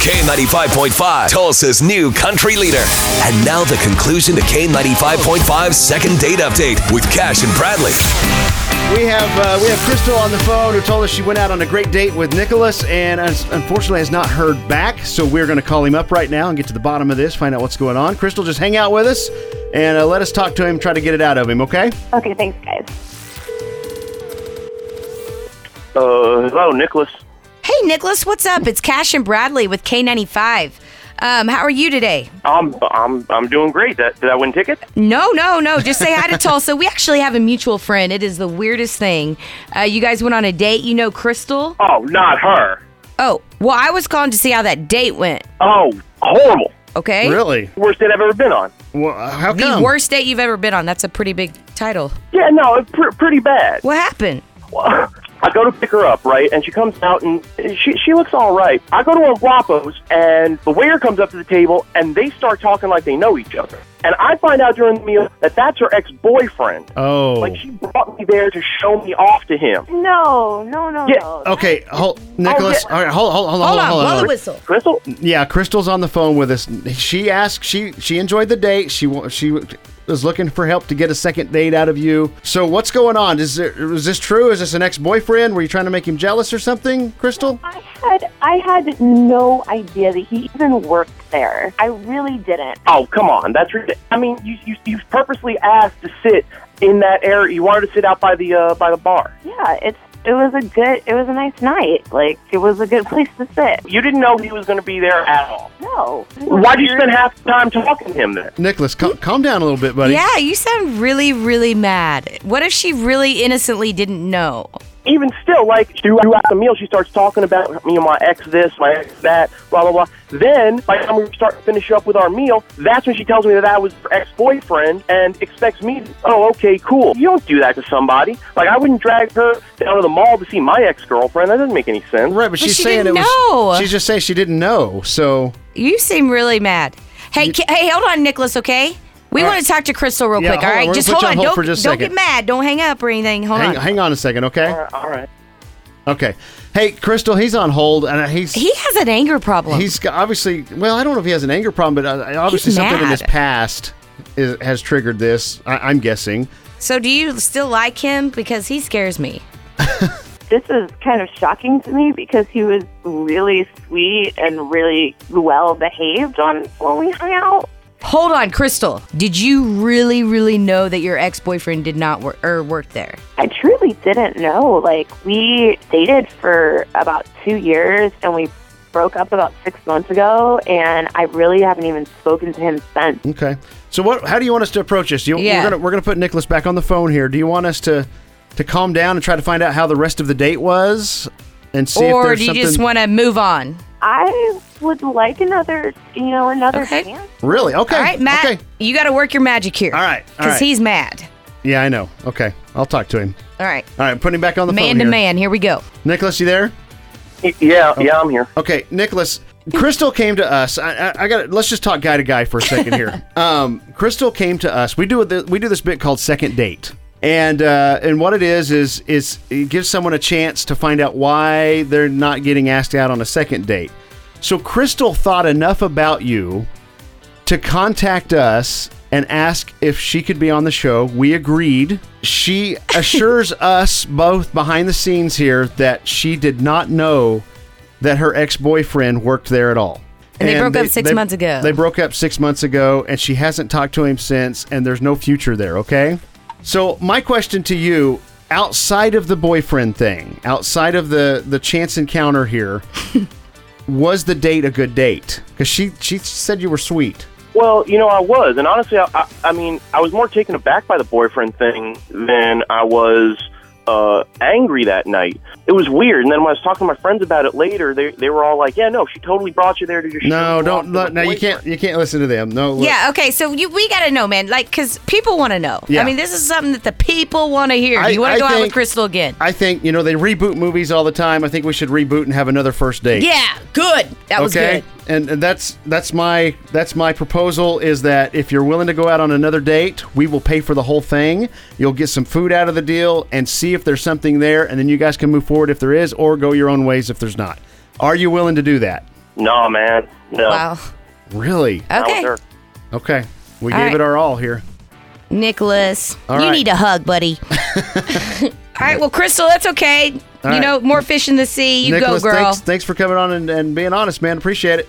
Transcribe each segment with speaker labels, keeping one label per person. Speaker 1: K95.5, Tulsa's new country leader. And now the conclusion to K95.5's second date update with Cash and Bradley.
Speaker 2: We have uh, we have Crystal on the phone who told us she went out on a great date with Nicholas and has- unfortunately has not heard back. So we're going to call him up right now and get to the bottom of this, find out what's going on. Crystal, just hang out with us and uh, let us talk to him, try to get it out of him. Okay?
Speaker 3: Okay, thanks, guys.
Speaker 4: Uh, hello, Nicholas.
Speaker 5: Hey, Nicholas, what's up? It's Cash and Bradley with K95. Um, how are you today?
Speaker 4: I'm I'm I'm doing great. That, did I win tickets?
Speaker 5: No, no, no. Just say hi to Tulsa. We actually have a mutual friend. It is the weirdest thing. Uh, you guys went on a date. You know Crystal?
Speaker 4: Oh, not her.
Speaker 5: Oh, well, I was calling to see how that date went.
Speaker 4: Oh, horrible.
Speaker 5: Okay?
Speaker 2: Really?
Speaker 4: Worst date I've ever been on.
Speaker 2: Well, uh, how
Speaker 5: The
Speaker 2: come?
Speaker 5: worst date you've ever been on. That's a pretty big title.
Speaker 4: Yeah, no, it's pr- pretty bad.
Speaker 5: What happened?
Speaker 4: I go to pick her up, right, and she comes out and she she looks all right. I go to a Guapo's and the waiter comes up to the table and they start talking like they know each other. And I find out during the meal that that's her ex-boyfriend.
Speaker 2: Oh.
Speaker 4: Like she brought me there to show me off to him.
Speaker 3: No, no, no,
Speaker 4: Yeah.
Speaker 3: no.
Speaker 2: okay, hold, Nicholas.
Speaker 4: yeah.
Speaker 2: All right, hold, hold, hold,
Speaker 5: Hold on.
Speaker 2: hold
Speaker 5: Blow the
Speaker 2: on.
Speaker 5: whistle.
Speaker 4: Crystal,
Speaker 2: Yeah, Crystal's on the phone with us. She asked. She she enjoyed the date. She wa- she was looking for help to get a second date out of you. So what's going on? Is there, is this true? Is this an ex boyfriend? Were you trying to make him jealous or something, Crystal?
Speaker 3: I had I had no idea that he even worked there. I really didn't.
Speaker 4: Oh, come on. That's ridiculous. I mean, you, you, you purposely asked to sit in that area. You wanted to sit out by the uh, by the bar.
Speaker 3: Yeah, it's it was a good it was a nice night. Like it was a good place to sit.
Speaker 4: You didn't know he was going to be there at all.
Speaker 3: No.
Speaker 4: Why'd you spend half the time talking to him then?
Speaker 2: Nicholas, cal- calm down a little bit, buddy.
Speaker 5: Yeah, you sound really, really mad. What if she really innocently didn't know?
Speaker 4: Even still, like, throughout the meal, she starts talking about me and my ex this, my ex that, blah, blah, blah. Then, by the time we start to finish up with our meal, that's when she tells me that I was her ex boyfriend and expects me to, oh, okay, cool. You don't do that to somebody. Like, I wouldn't drag her down to the mall to see my ex girlfriend. That doesn't make any sense.
Speaker 2: Right, but she's
Speaker 5: she
Speaker 2: saying it
Speaker 5: didn't
Speaker 2: was.
Speaker 5: know.
Speaker 2: She's just saying she didn't know. So
Speaker 5: You seem really mad. Hey, ca- hey, hold on, Nicholas. Okay, we want to talk to Crystal real
Speaker 2: Yeah,
Speaker 5: quick.
Speaker 2: hold
Speaker 5: All
Speaker 2: on,
Speaker 5: right,
Speaker 2: we're
Speaker 5: just
Speaker 2: gonna
Speaker 5: hold
Speaker 2: put you on hold
Speaker 5: on. Don't,
Speaker 2: for just a
Speaker 5: don't
Speaker 2: second.
Speaker 5: get mad. Don't hang up or anything. Hold
Speaker 2: hang,
Speaker 5: on.
Speaker 2: hang on a second, okay?
Speaker 4: All right, All right.
Speaker 2: Okay. Hey, Crystal, he's on hold, and he's
Speaker 5: He has an anger problem.
Speaker 2: he's got- obviously well. I don't know if he has an anger problem, but uh, obviously
Speaker 5: He's
Speaker 2: something in
Speaker 5: mad.
Speaker 2: his past is, has triggered this. I, I'm guessing.
Speaker 5: so, do you still like him? Because he scares me.
Speaker 3: This is kind of shocking to me because he was really sweet and really well behaved on when we hung out.
Speaker 5: Hold on, Crystal. Did you really, really know that your ex-boyfriend did not work or work there?
Speaker 3: I truly didn't know. Like we dated for about two years and we broke up about six months ago and I really haven't even spoken to him since.
Speaker 2: Okay. So what? How do you want us to approach this? You,
Speaker 5: Yeah.
Speaker 2: We're gonna we're gonna put Nicholas back on the phone here. Do you want us to to calm down and try to find out how the rest of the date was, and see if
Speaker 5: or
Speaker 2: there's
Speaker 5: do you
Speaker 2: something?
Speaker 5: just want to move on?
Speaker 3: I would like another, you know, another
Speaker 5: Okay.
Speaker 3: chance.
Speaker 2: really? Okay.
Speaker 5: All right, Matt.
Speaker 2: Okay.
Speaker 5: You got to work your magic here.
Speaker 2: All right, all
Speaker 5: Because
Speaker 2: right.
Speaker 5: he's mad.
Speaker 2: Yeah, I know. Okay, I'll talk to him.
Speaker 5: All right.
Speaker 2: All right, put him back on the phone.
Speaker 5: Man to
Speaker 2: here.
Speaker 5: man. Here we go.
Speaker 2: Nicholas, you there?
Speaker 4: Y- Yeah, yeah, I'm here.
Speaker 2: Okay, Nicholas. Crystal came to us. I, I, I got. Let's just talk guy to guy for a second here. um, Crystal came to us. We do the, we do this bit called second date, and uh, and what it is is is it gives someone a chance to find out why they're not getting asked out on a second date. So Crystal thought enough about you to contact us and ask if she could be on the show. We agreed. She assures us both behind the scenes here that she did not know that her ex boyfriend worked there at all.
Speaker 5: And they broke up six months ago.
Speaker 2: They broke up six months ago, and she hasn't talked to him since, and there's no future there, okay? So, my question to you outside of the boyfriend thing, outside of the, the chance encounter here, was the date a good date? Because she, she said you were sweet.
Speaker 4: Well, you know, I was, and honestly, I, I, I mean, I was more taken aback by the boyfriend thing than I was uh, angry that night. It was weird. And then when I was talking to my friends about it later, they, they were all like, yeah, no, she totally brought you there to just show
Speaker 2: No,
Speaker 4: you
Speaker 2: don't.
Speaker 4: off
Speaker 2: Look,
Speaker 4: to
Speaker 2: no,
Speaker 4: her
Speaker 2: you can't. You can't listen to them. No. Look.
Speaker 5: Yeah. Okay. So you, we got to know, man. Like, because people want to know.
Speaker 2: Yeah.
Speaker 5: I mean, this is something that the people want to hear.
Speaker 2: I-
Speaker 5: you want
Speaker 2: I
Speaker 5: to go out with
Speaker 2: think-
Speaker 5: Crystal again?
Speaker 2: I think you know they reboot movies all the time. I think we should reboot and have another first date.
Speaker 5: yeah. Good. That was
Speaker 2: okay.
Speaker 5: good.
Speaker 2: And and that's that's my that's my proposal is that if you're willing to go out on another date, we will pay for the whole thing. You'll get some food out of the deal and see if there's something there, and then you guys can move forward if there is, or go your own ways if there's not. Are you willing to do that?
Speaker 4: No, man. No.
Speaker 5: Wow.
Speaker 2: Really?
Speaker 4: Not with
Speaker 5: Okay.
Speaker 4: her.
Speaker 2: Okay. We
Speaker 5: All
Speaker 2: gave
Speaker 5: right.
Speaker 2: it our all here.
Speaker 5: Nicholas,
Speaker 2: All
Speaker 5: you
Speaker 2: right.
Speaker 5: need a hug, buddy. All right. Well, Crystal, that's okay.
Speaker 2: All
Speaker 5: you
Speaker 2: right.
Speaker 5: know, more fish in the sea. You
Speaker 2: Nicholas,
Speaker 5: go, girl.
Speaker 2: Thanks, thanks for coming on and, and being honest, man. Appreciate it.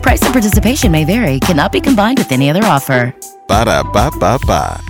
Speaker 6: Price and participation may vary, cannot be combined with any other offer.
Speaker 7: Ba da ba ba ba.